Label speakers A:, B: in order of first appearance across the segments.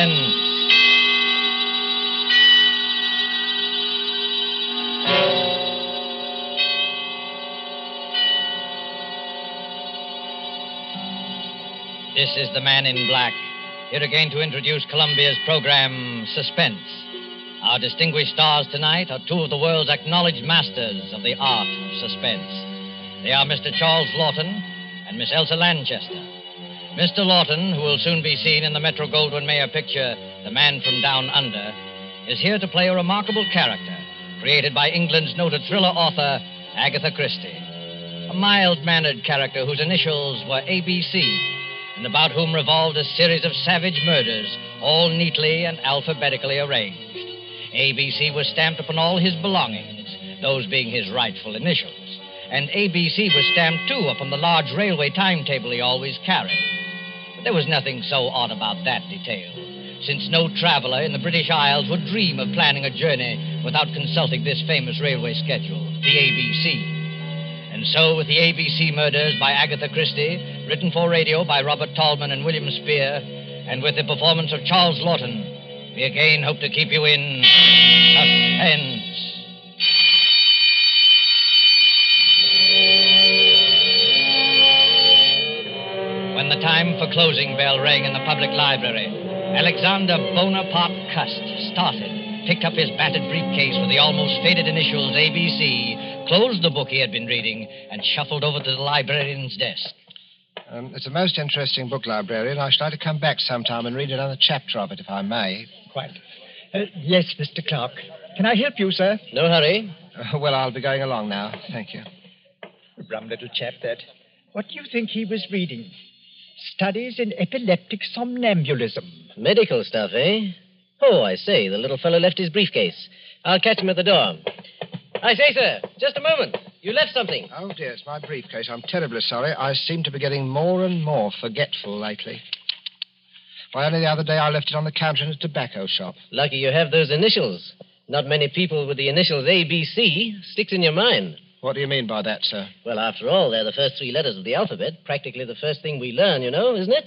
A: Suspense. This is the man in black, here again to introduce Columbia's program, Suspense. Our distinguished stars tonight are two of the world's acknowledged masters of the art of suspense. They are Mr. Charles Lawton and Miss Elsa Lanchester. Mr. Lawton, who will soon be seen in the Metro Goldwyn Mayer picture, The Man from Down Under, is here to play a remarkable character created by England's noted thriller author, Agatha Christie. A mild mannered character whose initials were ABC and about whom revolved a series of savage murders, all neatly and alphabetically arranged. ABC was stamped upon all his belongings, those being his rightful initials. And ABC was stamped, too, upon the large railway timetable he always carried. But there was nothing so odd about that detail, since no traveler in the British Isles would dream of planning a journey without consulting this famous railway schedule, the ABC. And so, with the ABC Murders by Agatha Christie, written for radio by Robert Tallman and William Spear, and with the performance of Charles Lawton, we again hope to keep you in suspense. When the time for closing bell rang in the public library, Alexander Bonaparte Cust started, picked up his battered briefcase with the almost faded initials ABC, closed the book he had been reading, and shuffled over to the librarian's desk.
B: Um, it's a most interesting book, librarian. I should like to come back sometime and read another chapter of it, if I may.
C: Quite. Uh, yes, Mr. Clark. Can I help you, sir?
A: No hurry.
B: Uh, well, I'll be going along now. Thank you.
C: Rum little chap, that. What do you think he was reading? Studies in epileptic somnambulism.
D: Medical stuff, eh? Oh, I say, the little fellow left his briefcase. I'll catch him at the door. I say, sir, just a moment. You left something.
B: Oh, dear, it's my briefcase. I'm terribly sorry. I seem to be getting more and more forgetful lately. Why, only the other day I left it on the counter in a tobacco shop.
D: Lucky you have those initials. Not many people with the initials ABC sticks in your mind.
B: What do you mean by that, sir?
D: Well, after all, they're the first three letters of the alphabet. Practically the first thing we learn, you know, isn't it?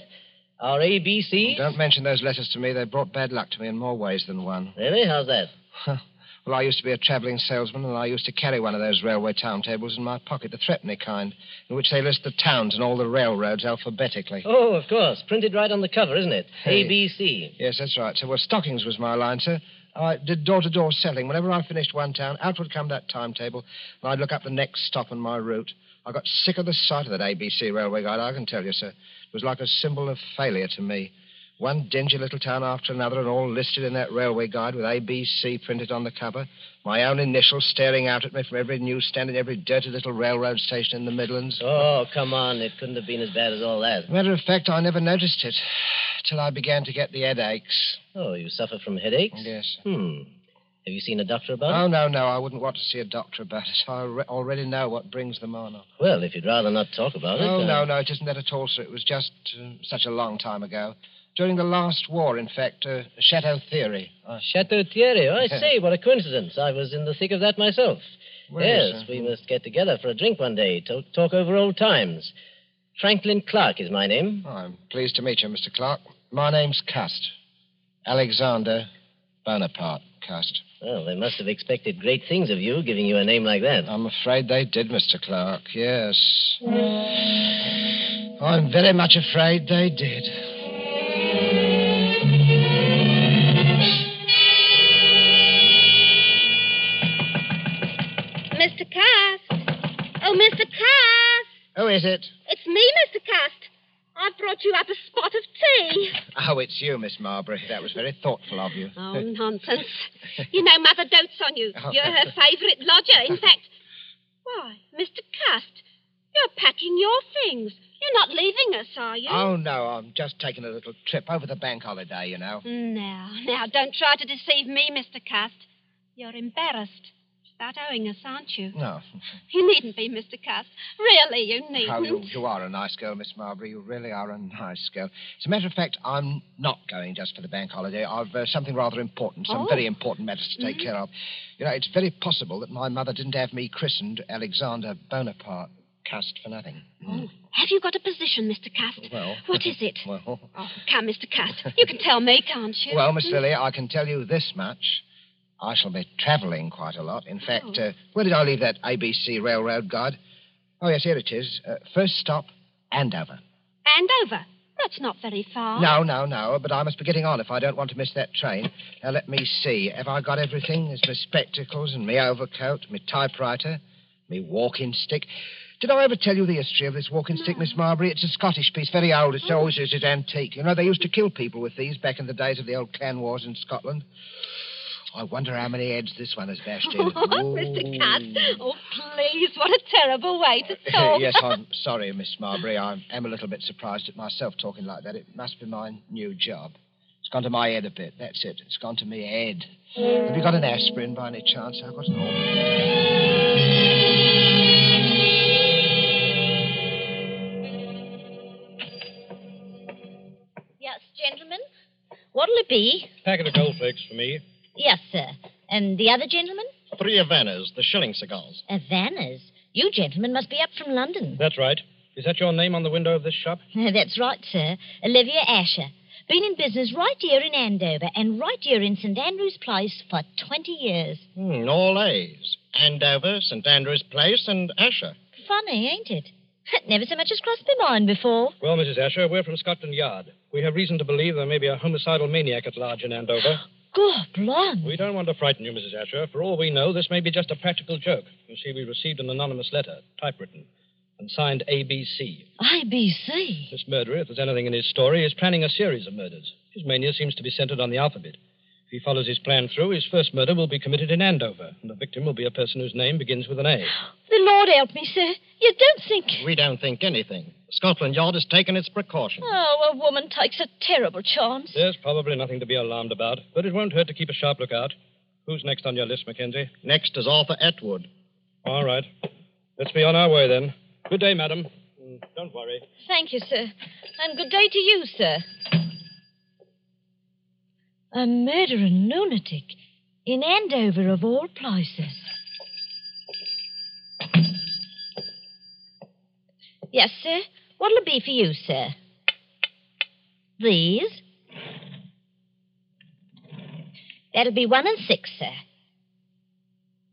D: Our ABC.
B: Don't mention those letters to me. They've brought bad luck to me in more ways than one.
D: Really? How's that?
B: Well, I used to be a traveling salesman, and I used to carry one of those railway timetables in my pocket, the threepenny kind, in which they list the towns and all the railroads alphabetically.
D: Oh, of course. Printed right on the cover, isn't it?
B: Hey.
D: ABC.
B: Yes, that's right, sir. Well, stockings was my line, sir. I did door to door selling. Whenever I finished one town, out would come that timetable, and I'd look up the next stop on my route. I got sick of the sight of that ABC railway guide, I can tell you, sir. It was like a symbol of failure to me. One dingy little town after another, and all listed in that railway guide with ABC printed on the cover. My own initials staring out at me from every newsstand and every dirty little railroad station in the Midlands.
D: Oh, come on. It couldn't have been as bad as all that.
B: Matter of fact, I never noticed it till I began to get the headaches.
D: Oh, you suffer from headaches?
B: Yes. sir.
D: Hmm. Have you seen a doctor about
B: Oh,
D: it?
B: no, no, I wouldn't want to see a doctor about it. I re- already know what brings them on.
D: Well, if you'd rather not talk about it.
B: Oh,
D: uh,
B: no, no, it isn't that at all, sir. It was just uh, such a long time ago. During the last war, in fact, uh, Chateau Theory. Uh,
D: Chateau Thierry. I say, what a coincidence. I was in the thick of that myself.
B: Well,
D: yes,
E: uh-huh.
B: sir.
D: we must get together for a drink one day to talk over old times. Franklin Clark is my name.
B: oh, I'm pleased to meet you, Mr. Clark. My name's Cust. Alexander Bonaparte Cust.
D: Well, they must have expected great things of you, giving you a name like that.
E: Oh.
B: I'm afraid they did, Mr. Clark, yes. I'm very much afraid they did.
F: Mr. Cast. Oh, Mr. Cast.
B: Who is it?
F: It's me, Mr. Cast. I've brought you up a spot of tea.
B: Oh, it's you, Miss Marbury. That was very thoughtful of you.
F: Oh, nonsense. You know, Mother dotes on you. You're her favorite lodger. In fact, why, Mr. Cast, you're packing your things. You're not leaving us, are you?
B: Oh, no, I'm just taking a little trip over the bank holiday, you know.
F: Now, now, don't try to deceive me, Mr. Cast. You're embarrassed. About owing us, aren't you?
B: No.
F: You needn't be, Mr. Cast. Really, you needn't.
B: Oh, you, you are a nice girl, Miss Marbury. You really are a nice girl. As a matter of fact, I'm not going just for the bank holiday. I've uh, something rather important, some
F: Oh. Mm-hmm.
B: very important matters to take care of. You know, it's very possible that my mother didn't have me christened Alexander Bonaparte. Cast for nothing.
F: Oh, have you got a position, Mr. Cast?
B: Well.
F: What is it?
B: Well,
F: Oh, come, Mr. Cast. You can tell me, can't you?
B: well, Miss
F: Hmm?
B: Lily, I can tell you this much. I shall be travelling quite a lot. In fact, uh, where did I leave that ABC railroad guide? Oh, yes, here it is. Uh, first stop, Andover.
F: Andover. That's not very far.
B: No, no, no, but I must be getting on if I don't want to miss that train. Now, let me see. Have I got everything? There's my spectacles and my overcoat, my typewriter, my walking stick. Did I ever tell you the history of this walking stick, Miss Marbury? It's a Scottish piece, very old. It's always used as antique. You know, they used to kill people with these back in the days of the old clan wars in Scotland. I wonder how many heads this one has bashed in.
F: What, Mr. Oh, Cast? Oh, please, what a terrible way to talk.
B: yes,
C: Oh.
B: I'm sorry, Miss Marbury. I am a little bit surprised at myself talking like that. It must be my new job. It's gone to my head a bit. That's it. It's gone to my head. Have you got an aspirin by any chance? I've got an organ.
G: Yes, gentlemen. What'll it be?
E: Packet of goldflakes for me.
G: Yes, sir. And the other gentleman?
E: Three Havanas, the shilling cigars.
G: Uh, Havanas. You gentlemen must be up from London.
E: That's right. Is that your name on the window of this shop?
G: That's right, sir. Olivia Asher. Been in business right here in Andover and right here in St. Andrew's Place for 20 years.
E: Hmm, all A's. Andover, St. Andrew's Place, and Asher.
G: Funny, ain't it? It never so much as crossed my mind before.
E: Well, Mrs. Asher, we're from Scotland Yard. We have reason to believe there may be a homicidal maniac at large in Andover.
G: Good blonde.
E: We don't want to frighten you, Mrs. Asher. For all we know, this may be just a practical joke. You see, we received an anonymous letter, typewritten, and signed ABC.
G: IBC.
E: This murderer, if there's anything in his story, is planning a series of murders. His mania seems to be centered on the alphabet. If he follows his plan through, his first murder will be committed in Andover, and the victim will be a person whose name begins with an A.
G: The Lord help me, sir. You don't think.
E: We don't think anything. Scotland Yard has taken its precautions.
G: Oh, a woman takes a terrible chance.
E: There's probably nothing to be alarmed about, but it won't hurt to keep a sharp lookout. Who's next on your list, Mackenzie? Next is Arthur Atwood. All right. Let's be on our way then. Good day, madam. Mm, Don't worry.
G: Thank you, sir. And good day to you, sir. A murdering lunatic in Andover, of all places. Yes, sir. What'll it be for you, sir? These. That'll be one and six, sir.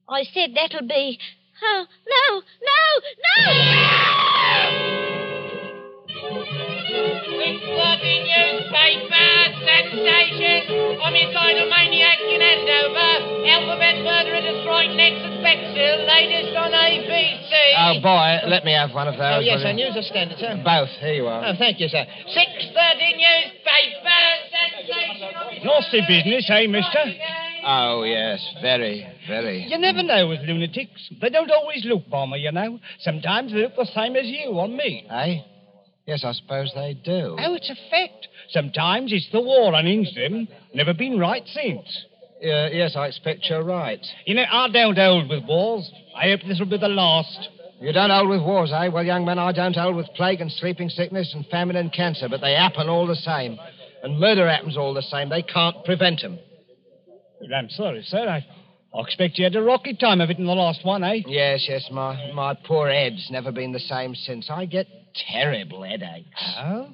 G: I said that'll be. Oh, no, no, no!
B: Oh, boy, let me have one of those.
C: Oh, yes,
B: will
C: I
B: you?
C: news standard, sir.
B: Both. Here you are.
C: Oh, thank you, sir. 6.30 newspaper, Nasty business, eh, mister?
B: Oh, yes, very, very.
C: You never know with lunatics. They don't always look bomber, you know. Sometimes they look the same as you on me.
B: Eh? Yes, I suppose they do.
C: Oh, it's a fact. Sometimes it's the war unhinged them. Never been right since.
B: Yeah, yes, I expect you're right.
C: You know, I don't hold with wars. I hope this will be the last.
B: You don't hold with wars, eh? Well, young man, I don't hold with plague and sleeping sickness and famine and cancer, but they happen all the same. And murder happens all the same. They can't prevent 'em.
C: Well, I'm sorry, sir. I, I expect you had a rocky time of it in the last one, eh?
B: Yes, yes, my, my poor head's never been the same since. I get terrible headaches.
C: Oh?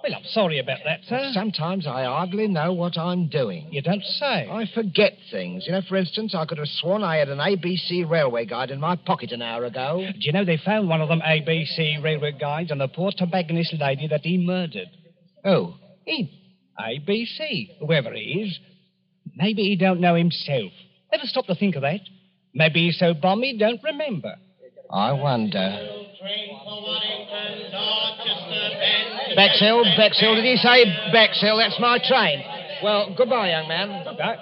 C: Well, I'm sorry about that, sir.
B: Sometimes I hardly know what I'm doing.
C: You don't say.
B: I forget things. You know, for instance, I could have sworn I had an ABC railway guide in my pocket an hour ago.
C: Do you know they found one of them ABC railroad guides on the poor tobacconist lady that he murdered?
B: Oh,
C: ABC, whoever he is. Maybe he don't know himself. Never stop to think of that. Maybe he's so bum he don't remember.
B: I wonder. Bexhill, Bexhill, did he say Bexhill? That's my train. Well, goodbye, young man.
C: Uh,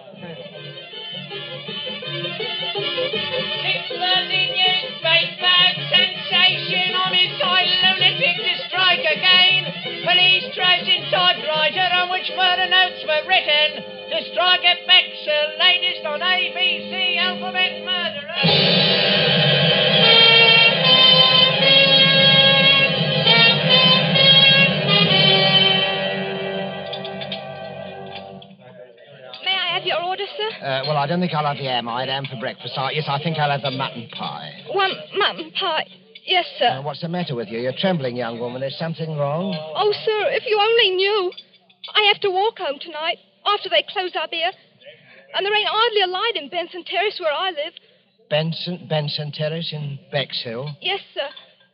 F: May I have your order, sir?
B: Uh, well, Ah, I don't think I'll have the ham. I had ham for breakfast. I, yes, I think I'll have the mutton pie.
F: One mutton pie.
H: Yes,
B: Now,
H: sir.
B: Uh, what's the matter with you? You're trembling, young woman. Is something wrong?
H: Oh, sir, if you only knew. I have to walk home tonight after they close up here. And there ain't hardly a light in Benson Terrace where I live.
B: Benson, Benson Terrace in Bexhill.
H: Yes, sir.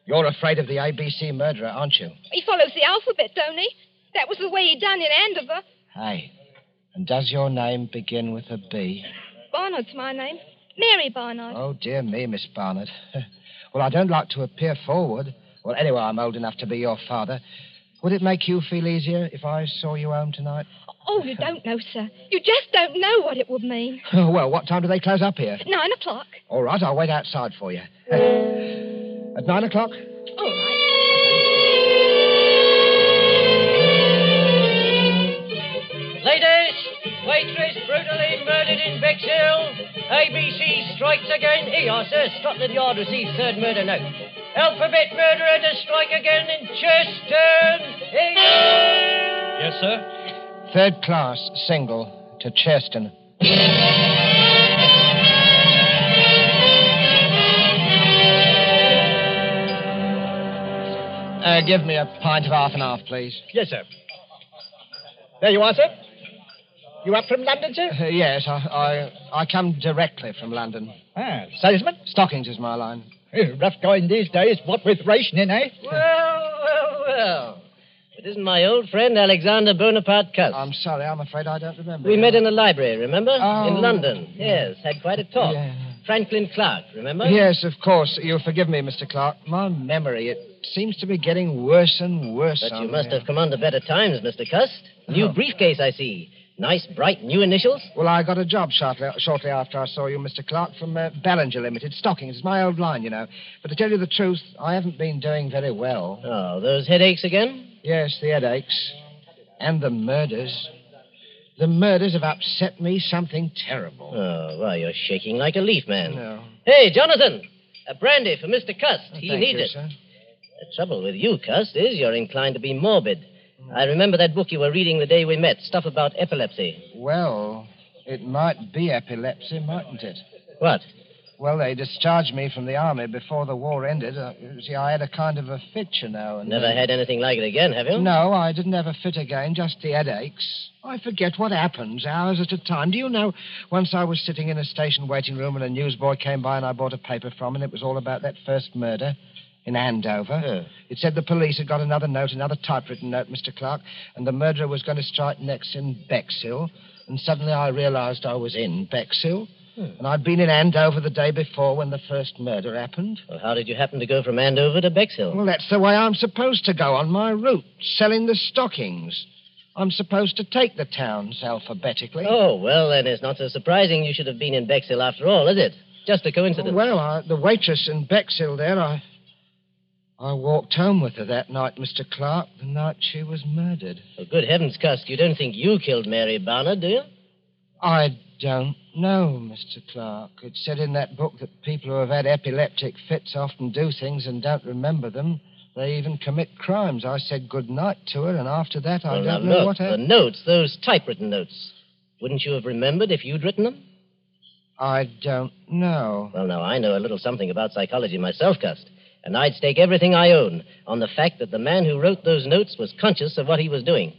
B: You're afraid of the ABC murderer, aren't you?
H: He follows the alphabet, don't he? That was the way he done in Andover.
B: Aye. And does your name begin with a B?
H: Barnard's my name. Mary Barnard.
B: Oh, dear me, Miss Barnard. well, I don't like to appear forward. Well, anyway, I'm old enough to be your father. Would it make you feel easier if I saw you home tonight?
H: Oh, you don't know, sir. You just don't know what it would mean.
B: well, what time do they close up here?
H: Nine o'clock.
B: All right, I'll wait outside for you. At nine o'clock?
H: All right.
D: Ladies, waitress brutally murdered in Bexhill. ABC strikes again. ER, sir, Scotland Yard receives third murder note. Alphabet murderer to strike again in Churchton. ER.
E: Yes, sir?
B: Third class, single, to Cheston. Uh, give me a pint of half and half, please.
C: Yes, sir. There you are, sir. You up from London, sir?
B: Uh, yes, I, I I come directly from London.
C: Ah, salesman?
B: Stockings is my line.
C: Eh, Rough going these days, what with rationing, eh?
D: Well, well, well. It isn't my old friend Alexander Bonaparte Coutts.
B: I'm sorry, I'm afraid I don't remember.
D: we met in the library, remember?
B: Oh.
D: In London. Yes, had quite a talk.
B: Yeah.
D: Franklin Clark, remember?
B: Yes, of course. You'll forgive me, Mr. Clark. My memory, it seems to be getting worse and worse.
D: But you
B: I'm-
D: must have come under better times, Mr. Cust. New
B: Oh.
D: briefcase, I see. Nice, bright, new initials.
B: Well, I got a job shortly, shortly after I saw you, Mr. Clark, from uh, Ballinger Limited. Stockings. It's my old line, you know. But to tell you the truth, I haven't been doing very well.
D: Oh, those headaches again?
B: Yes, the headaches. And the murders. The murders have upset me something terrible.
D: Oh, well, you're shaking like a leaf, man.
B: No. Oh,
D: Hey, Jonathan! A brandy for Mr. Cust. he
B: Thank
D: needs
B: you,
D: it.
B: sir.
D: The trouble with you, Cust, is you're inclined to be morbid.
B: Mm.
D: I remember that book you were reading the day we met, stuff about epilepsy.
B: Well, it might be epilepsy, mightn't it?
D: What?
B: Well, they discharged me from the army before the war ended. Uh, you see, I had a kind of a fit, you know. And
D: Never had anything like it again, have you?
B: Mm. No, I didn't have a fit again, just the headaches. I forget what happens, hours at a time. Do you know, once I was sitting in a station waiting room and a newsboy came by and I bought a paper from and it was all about that first murder in Andover.
D: Oh.
B: It said the police had got another note, another typewritten note, Mr. Clark, and the murderer was going to strike next in Bexhill. And suddenly I realized I was in Bexhill. And I'd been in Andover the day before when the first murder happened.
D: Well, how did you happen to go from Andover to Bexhill?
B: Well, that's the way I'm supposed to go on my route, selling the stockings. I'm supposed to take the towns alphabetically.
D: Oh, well, then it's not so surprising you should have been in Bexhill after all, is it? Just a coincidence.
B: well, I, the waitress in Bexhill there, I, I walked home with her that night, Mr. Clark, the night she was murdered.
D: Oh, good heavens, Cusk, you don't think you killed Mary Barnard, do you?
B: I don't know, Mr. Clark. It said in that book that people who have had epileptic fits often do things and don't remember them. They even commit crimes. I said good night to her, and after that, I
D: Well,
B: don't
D: now,
B: know
D: look,
B: what
D: The
B: happened.
D: notes, those typewritten notes. Wouldn't you have remembered if you'd written them?
B: I don't know.
D: Well, now, I know a little something about psychology myself, Cust, and I'd stake everything I own on the fact that the man who wrote those notes was conscious of what he was doing.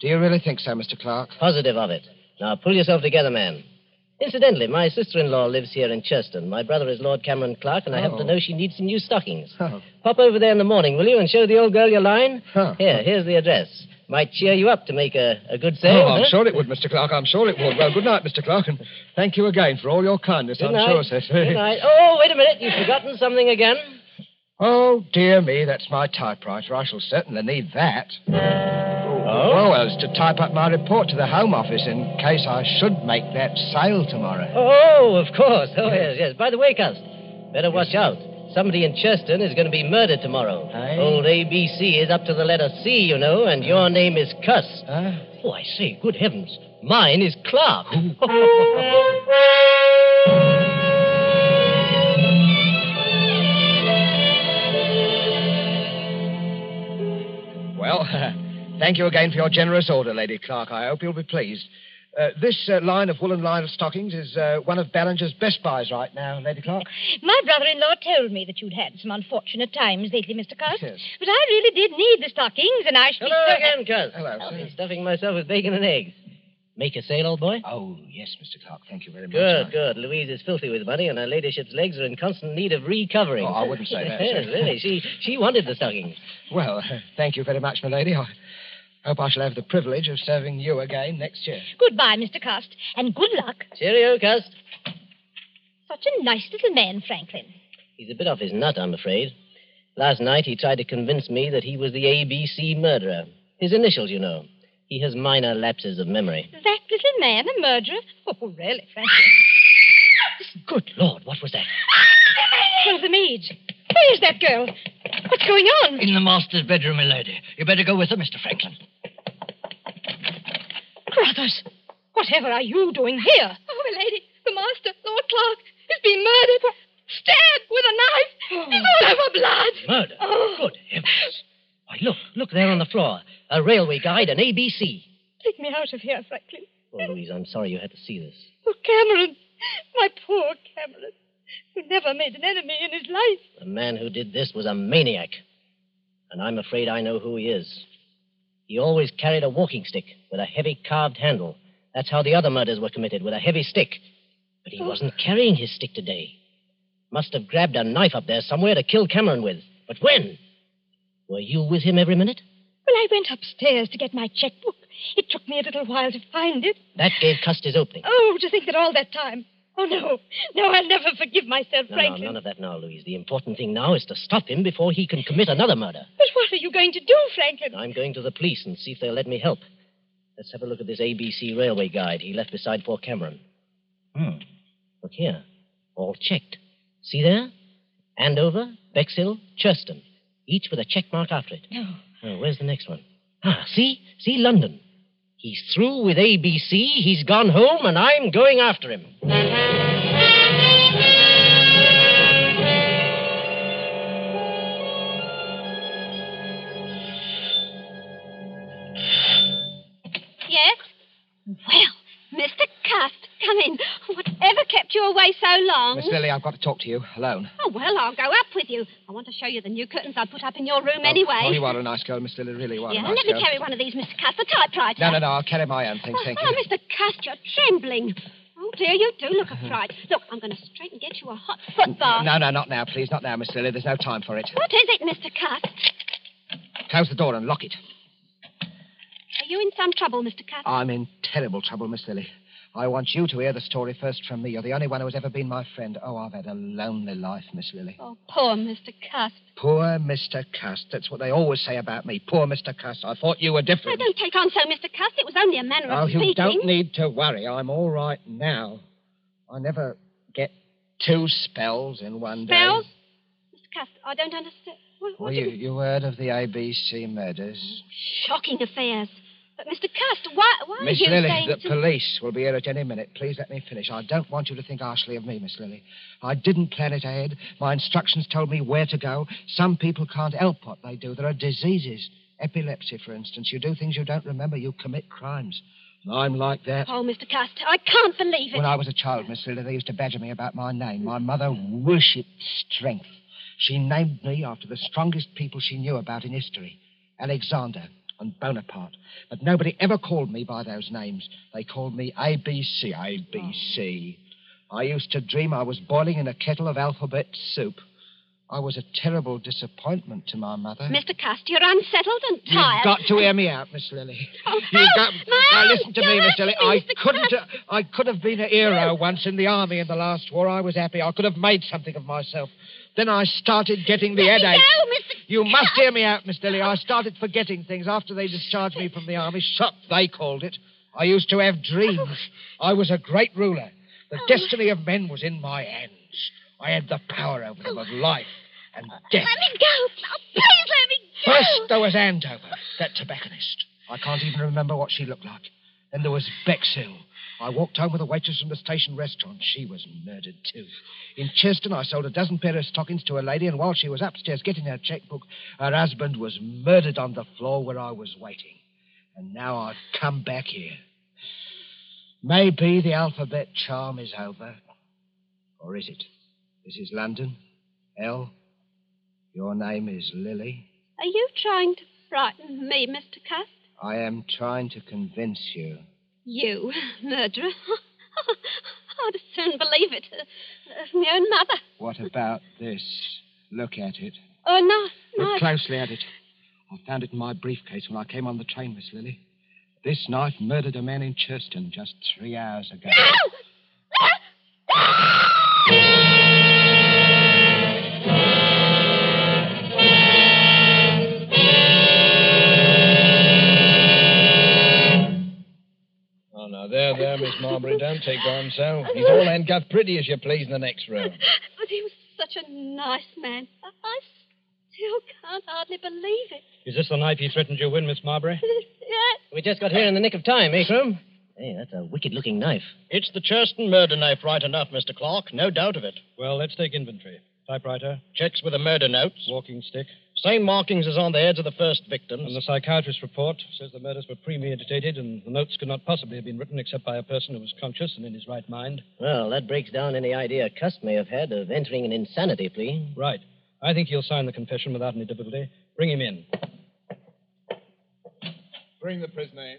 B: Do you really think so, Mr. Clark?
D: Positive of it. Now, pull yourself together, man. Incidentally, my sister in law lives here in Churston. My brother is Lord Cameron Clark, and I happen to
B: Oh.
D: know she needs some new stockings.
B: Oh.
D: Pop over there in the morning, will you, and show the old girl your line?
B: Huh.
D: Here, here's the address. Might cheer you up to make a, a good sale.
B: oh, I'm
D: huh?
B: sure it would, Mr. Clark. I'm sure it would. Well, good night, Mr. Clark, and thank you again for all your kindness.
D: Good
B: I'm
D: night.
B: sure, sir.
D: Good night. Oh, wait a minute. You've forgotten something again.
B: Oh, dear me, that's my typewriter. I shall certainly need that. Oh, well, it's to type up my report to the Home Office in case I should make that sale tomorrow.
D: Oh, of course. Oh, yes, yes. By the way, Cust, better watch out. Somebody in Churston is going to be murdered tomorrow.
B: Aye.
D: Old ABC is up to the letter C, you know, and your name is Cust.
B: Huh?
D: Oh, I say, good heavens. Mine is Clark.
B: Well, thank you again for your generous order, Lady Clark. I hope you'll be pleased. Uh, this uh, line of woolen line of stockings is uh, one of Ballinger's best buys right now, Lady Clark.
G: My brother-in-law told me that you'd had some unfortunate times lately, Mr. Cost. But I really did need the stockings, and I shall
D: Hello
G: be so
D: again,
G: happy-
D: Cuz. Hello. I've been stuffing myself with bacon and eggs. Make a sale, old boy?
B: Oh, yes, Mr. Clark. Thank you very much.
D: Good, good. Louise is filthy with money, and her ladyship's legs are in constant need of recovering.
B: Oh, I wouldn't say that,
D: yes,
B: sir.
D: really. She she wanted the stockings.
B: Well, uh, thank you very much, my lady. I hope I shall have the privilege of serving you again next year.
G: Goodbye, Mr. Cost, and good luck.
D: Cheerio, Cuz.
G: Such a nice little man, Franklin.
D: He's a bit off his nut, I'm afraid. Last night he tried to convince me that he was the ABC murderer. His initials, you know. He has minor lapses of memory.
G: That little man, a murderer? Oh, really, Franklin?
D: Good Lord, what was that?
G: One of the maids. Where is that girl? What's going on?
I: In the master's bedroom, milady. You better go with her, Mr. Franklin.
G: Brothers, whatever are you doing here?
H: Oh, my lady, the master, Lord Clark, is being murdered. Stabbed with a knife.
G: Oh.
H: He's all over blood.
D: Murder? Good heavens. Why, look, look there on the floor. A railway guide, an ABC.
H: Take me out of here, Franklin.
D: Oh, Louise, I'm sorry you had to see this.
H: Oh, Cameron. My poor Cameron. Who never made an enemy in his life.
D: The man who did this was a maniac. And I'm afraid I know who he is. He always carried a walking stick with a heavy carved handle. That's how the other murders were committed, with a heavy stick. But he wasn't carrying his stick today. Must have grabbed a knife up there somewhere to kill Cameron with. But when? Were you with him every minute?
G: Well, I went upstairs to get my checkbook. It took me a little while to find it.
D: That gave Cust his opening.
G: Oh, to think that all that time. Oh, no. No, I'll never forgive myself,
D: No, no,
G: Franklin.
D: none of that now, Louise. The important thing now is to stop him before he can commit another murder.
G: But what are you going to do, Franklin?
D: I'm going to the police and see if they'll let me help. Let's have a look at this ABC railway guide he left beside poor Cameron.
I: Hmm.
D: Look here. All checked. See there? Andover, Bexhill, Churston. Each with a check mark after it.
G: No.
D: Oh, where's the next one? Ah, see? See, London. He's through with ABC, he's gone home, and I'm going after him.
F: Yes? Well, Mr. Cust, come in. Whatever kept you away so long?
B: Miss Lily, I've got to talk to you alone.
F: Oh, well, I'll go up with you. I want to show you the new curtains I put up in your room anyway.
B: Oh, you are a nice girl, Miss Lily. Really, you are
F: yeah,
B: a nice
F: let me
B: girl.
F: carry one of these, Mr. Cust, the typewriter.
B: No, no, no. I'll carry my own things.
F: Oh,
B: Thank
F: oh,
B: you.
F: Mr. Cust, you're trembling. Oh, dear, you do look a fright. Look, I'm going to straight and get you a hot foot bath.
B: Mm-hmm. No, no, not now, please. Not now, Miss Lily. There's no time for it.
F: What is it, Mr. Cust?
B: Close the door and lock it.
F: Are you in some trouble, Mr. Cust?
B: I'm in terrible trouble, Miss Lily. I want you to hear the story first from me. You're the only one who has ever been my friend. Oh, I've had a lonely life, Miss Lily.
F: Oh, poor Mr. Cust.
B: Poor Mr. Cust. That's what they always say about me. Poor Mr. Cust. I thought you were
F: Now,
B: different.
F: don't take on so, Mr. Cust. It was only a manner
B: Oh,
F: of
B: you
F: speaking.
B: don't need to worry. I'm all right now. I never get two spells in one
F: Spells?
B: day.
F: Mr. Cust, I don't understand. What, what
B: Well,
F: do
B: you, you heard of the ABC murders.
F: Shocking affairs. But, Mr. Cust, why, why
B: Miss
F: are you
B: Lily,
F: saying
B: the
F: to...
B: police will be here at any minute. Please let me finish. I don't want you to think harshly of me, Miss Lily. I didn't plan it ahead. My instructions told me where to go. Some people can't help what they do. There are diseases. Epilepsy, for instance. You do things you don't remember. You commit crimes. And I'm like that.
F: Oh, Mr. Cust, I can't believe it.
B: When I was a child, Miss Lily, they used to badger me about my name. My mother worshipped strength. She named me after the strongest people she knew about in history Alexander and Bonaparte. But nobody ever called me by those names. They called me ABC, ABC. I used to dream I was boiling in a kettle of alphabet soup. I was a terrible disappointment to my mother.
F: Mr. Cust, you're unsettled and
B: You've
F: tired.
B: got to hear me out, Miss Lily.
F: Oh,
B: You've
F: oh,
B: got.
F: my
B: now
F: arm,
B: listen to
F: you're
B: me, Miss Dilly.
F: hurting me,
B: I
F: Mr.
B: couldn't. uh, I could have been a hero once in the army in the last war. I was happy. I could have made something of myself. Then I started getting the
F: Let me
B: headache.
F: go, Mr.
B: You must hear me out, Miss Dilly. I started forgetting things after they discharged me from the army. Shock, they called it. I used to have dreams. I was a great ruler. The destiny of men was in my hands. I had the power over them of life and death.
F: Let me go. Oh, please let me go.
B: First, there was Andover, that tobacconist. I can't even remember what she looked like. Then there was Bexhill. I walked home with a waitress from the station restaurant. She was murdered, too. In Cheston, I sold a dozen pair of stockings to a lady, and while she was upstairs getting her checkbook, her husband was murdered on the floor where I was waiting. And now I've come back here. Maybe the alphabet charm is over. Or is it? This is London. L. Your name is Lily.
F: Are you trying to frighten me, Mr. Cust?
B: I am trying to convince you.
F: You, murderer? I'd as soon believe it. Uh, uh, my own mother.
B: What about this? Look at it.
F: Oh, no,
B: Look
F: no.
B: closely at it. I found it in my briefcase when I came on the train, Miss Lily. This knife murdered a man in Churston just three hours ago.
C: Oh, now, there, there, Miss Marbury, don't take on so. He's all handcuffed pretty as you please in the next room.
F: But he was such a nice man. I- I still can't hardly believe it.
A: Is this the knife he threatened you with, Miss Marbury?
F: Yes.
J: We just got here in the nick of time, eh, Groom?
A: Hey, that's a wicked looking knife. It's the Churston murder knife, right enough, Mr. Clark. No doubt of it. Well, let's take inventory. Typewriter. Checks with the murder notes. Walking stick. Same markings as on the heads of the first victims. And the psychiatrist's report says the murders were premeditated and the notes could not possibly have been written except by a person who was conscious and in his right mind.
D: Well, that breaks down any idea Cust may have had of entering an insanity plea.
A: Right. I think he'll sign the confession without any difficulty. Bring him in.
C: Bring the prisoner in.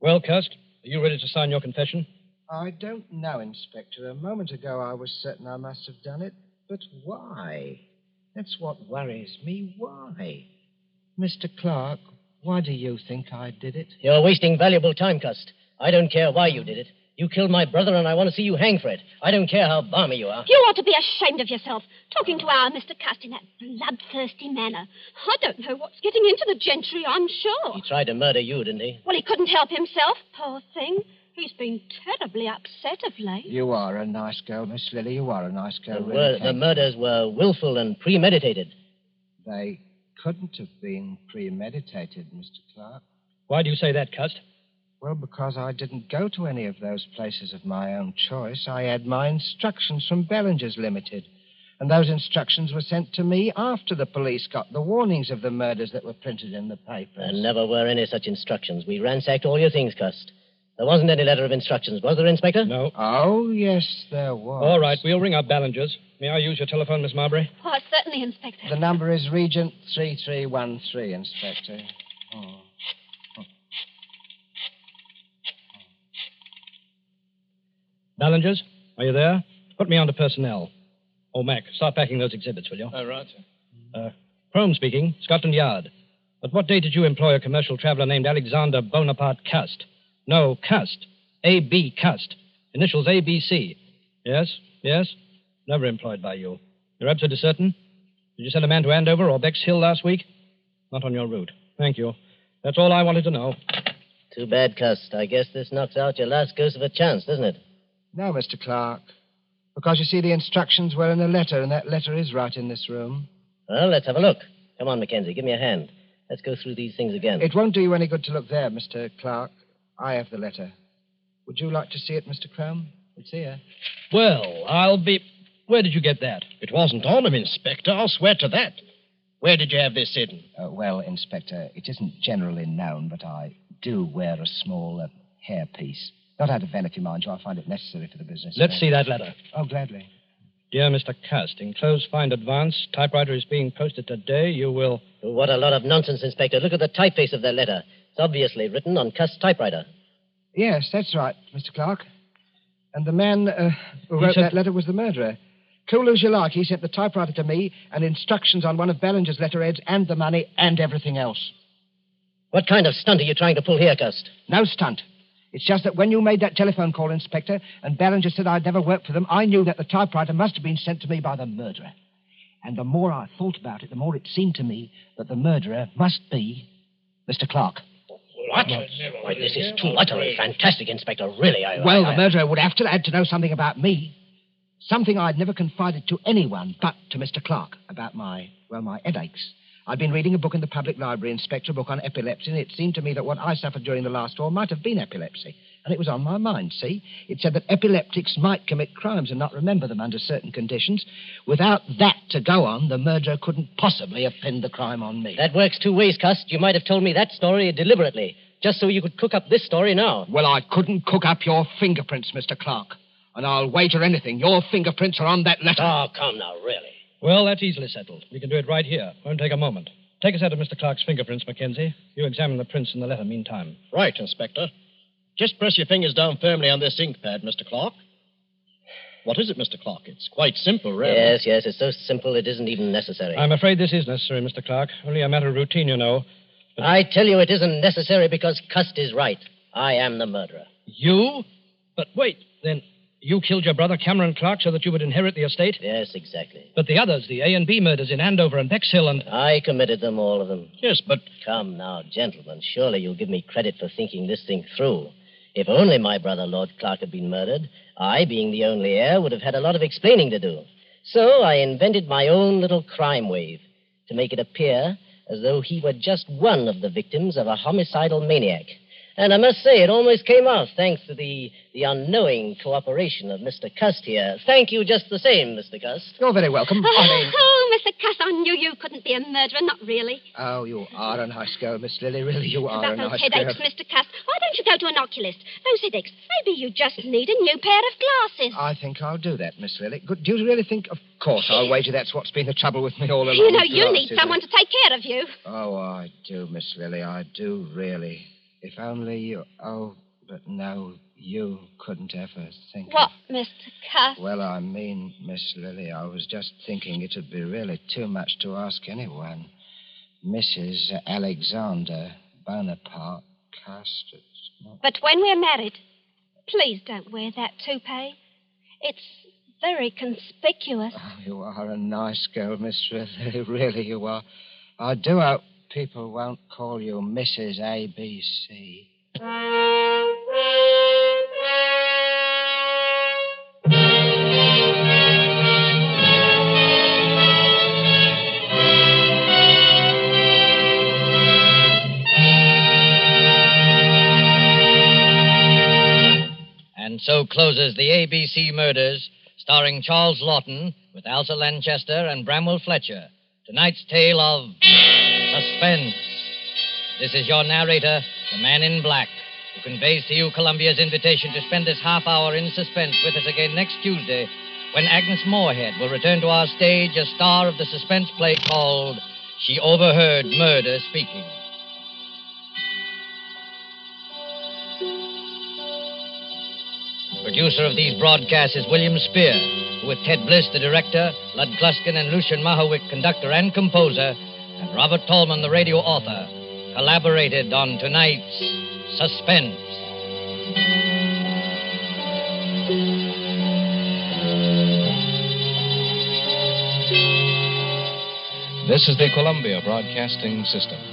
A: Well, Cust, are you ready to sign your confession?
B: I don't know, Inspector. A moment ago I was certain I must have done it, but why? That's what worries me. Why? Mr. Clark, why do you think I did it?
D: You're wasting valuable time, Cust. I don't care why you did it. You killed my brother, and I want to see you hang for it. I don't care how balmy you are.
F: You ought to be ashamed of yourself, talking to our Mr. Cust in that bloodthirsty manner. I don't know what's getting into the gentry, I'm sure.
D: He tried to murder you, didn't he?
F: Well, he couldn't help himself, poor thing. He's been terribly upset of late.
B: You are a nice girl, Miss Lily. You are a nice girl,
D: The,
B: really.
D: wor-
B: thank
D: the
B: you.
D: murders were willful and premeditated.
B: They couldn't have been premeditated, Mr. Clark.
A: Why do you say that, Cust?
B: Well, because I didn't go to any of those places of my own choice. I had my instructions from Bellinger's Limited. And those instructions were sent to me after the police got the warnings of the murders that were printed in the papers.
D: There never were any such instructions. We ransacked all your things, Cust. There wasn't any letter of instructions, was there, Inspector?
A: No.
B: Oh, yes, there was.
A: All right, we'll ring up Ballinger's. May I use your telephone, Miss Marbury?
F: Why, certainly, Inspector.
B: The number is Regent 3313, Inspector. Oh.
A: Ballinger's, are you there? Put me on to personnel. Oh, Mac, start packing those exhibits, will you? Uh,
C: Oh, right, sir.
A: Chrome speaking, Scotland Yard. At what date did you employ a commercial traveler named Alexander Bonaparte Cust? No, Cust. A.B. Cust. Initials A.B.C. Yes, yes. Never employed by you. You're absolutely certain? Did you send a man to Andover or Bexhill last week? Not on your route. Thank you. That's all I wanted to know.
D: Too bad, Cust. I guess this knocks out your last ghost of a chance, doesn't it?
B: No, Mr. Clark. Because you see, the instructions were in a letter, and that letter is right in this room.
D: Well, let's have a look. Come on, Mackenzie, give me a hand. Let's go through these things again.
B: It won't do you any good to look there, Mr. Clark. I have the letter. Would you like to see it, Mr. Crome? It's here.
A: Well, I'll be. Where did you get that?
K: It wasn't on him, Inspector. I'll swear to that. Where did you have this hidden?
B: Uh, well, Inspector, it isn't generally known, but I do wear a small uh, hairpiece. Not out of vanity, mind you. I find it necessary for the business.
A: Let's see that letter.
B: Oh, gladly.
A: Dear Mr. Cust, enclosed find advance. Typewriter is being posted today. You will.
D: What a lot of nonsense, Inspector. Look at the typeface of that letter. It's obviously written on Cust's typewriter.
B: Yes, that's right, Mr. Clark. And the man uh, who
D: He
B: wrote
D: said-
B: that letter was the murderer. Cool as you like, he sent the typewriter to me and instructions on one of Bellinger's letterheads and the money and everything else.
D: What kind of stunt are you trying to pull here, Cust?
B: No stunt. It's just that when you made that telephone call, Inspector, and Bellinger said I'd never worked for them, I knew that the typewriter must have been sent to me by the murderer. And the more I thought about it, the more it seemed to me that the murderer must be Mr. Clark.
D: What? Why, this is too utterly fantastic, Inspector. Really, I.
B: Well,
D: I-
B: the murderer would have to had to know something about me. Something I'd never confided to anyone but to Mr. Clark about my, well, my headaches. I'd been reading a book in the public library, Inspector, a book on epilepsy, and it seemed to me that what I suffered during the last war might have been epilepsy. And it was on my mind, see? It said that epileptics might commit crimes and not remember them under certain conditions. Without that to go on, the murderer couldn't possibly have pinned the crime on me.
D: That works two ways, Cust. You might have told me that story deliberately, just so you could cook up this story now.
B: Well, I couldn't cook up your fingerprints, Mr. Clark. And I'll wager anything your fingerprints are on that letter.
D: Oh, come now, really.
L: Well, that's easily settled. We can do it right here. Won't take a moment. Take a set of Mr. Clark's fingerprints, Mackenzie. You examine the prints in the letter meantime.
M: Right, Inspector. Just press your fingers down firmly on this ink pad, Mr. Clark. What is it, Mr. Clark? It's quite simple, really.
D: Yes, yes, it's so simple it isn't even necessary.
A: Uh,
L: I'm afraid this is necessary, Mr. Clark. Only a matter of routine, you know.
D: I tell you it isn't necessary because Cust is right. I am the murderer.
L: You? But wait, then you killed your brother Cameron Clark so that you would inherit the estate?
D: Yes, exactly.
L: But the others, the A and B murders in Andover and Bexhill and.
D: I committed them, all of them.
M: Yes, but.
D: Come now, gentlemen, surely you'll give me credit for thinking this thing through. If only my brother Lord Clark had been murdered, I, being the only heir, would have had a lot of explaining to do. So I invented my own little crime wave to make it appear as though he were just one of the victims of a homicidal maniac. And I must say, it almost came off, thanks to the, the unknowing cooperation of Mr. Cust here. Thank you just the same, Mr. Cust.
B: You're very welcome.
F: Oh, oh, Mr. Cuss, I knew you couldn't be a murderer, not really.
B: Oh, you are a nice girl, Miss Lily. Really, you are a
F: About
B: nice
F: those
B: girl.
F: headaches, Mr. Cuss. Why don't you go to an oculist? Those headaches. Maybe you just need a new pair of glasses.
B: I think I'll do that, Miss Lily. Good. Do you really think? Of course, I'll wager that's what's been the trouble with me all along.
F: you know, you
B: Glasses,
F: need
B: isn't
F: someone
B: it?
F: to take care of you.
B: Oh, I do, Miss Lily. I do really. If only you. Oh, but no, you couldn't ever think.
F: What, Mr. Cuss?
B: Well, I mean, Miss Lily, I was just thinking it'd be really too much to ask anyone. Mrs. Alexander Bonaparte Custard.
F: But when we're married, please don't wear that toupee. It's very conspicuous.
B: Ah, You are a nice girl, Miss Lily. Really, you are. I do hope people won't call you Mrs. ABC.
A: And so closes the ABC Murders, starring Charles Lawton with Elsa Lanchester and Bramwell Fletcher. Tonight's tale of suspense. This is your narrator, the man in black, who conveys to you Columbia's invitation to spend this half hour in suspense with us again next Tuesday when Agnes Moorehead will return to our stage as star of the suspense play called She Overheard Murder Speaking. Producer of these broadcasts is William Spear, who with Ted Bliss, the director, Lud Gluskin and Lucian Mahowick, conductor and composer, and Robert Tallman, the radio author, collaborated on tonight's Suspense.
N: This is the Columbia Broadcasting System.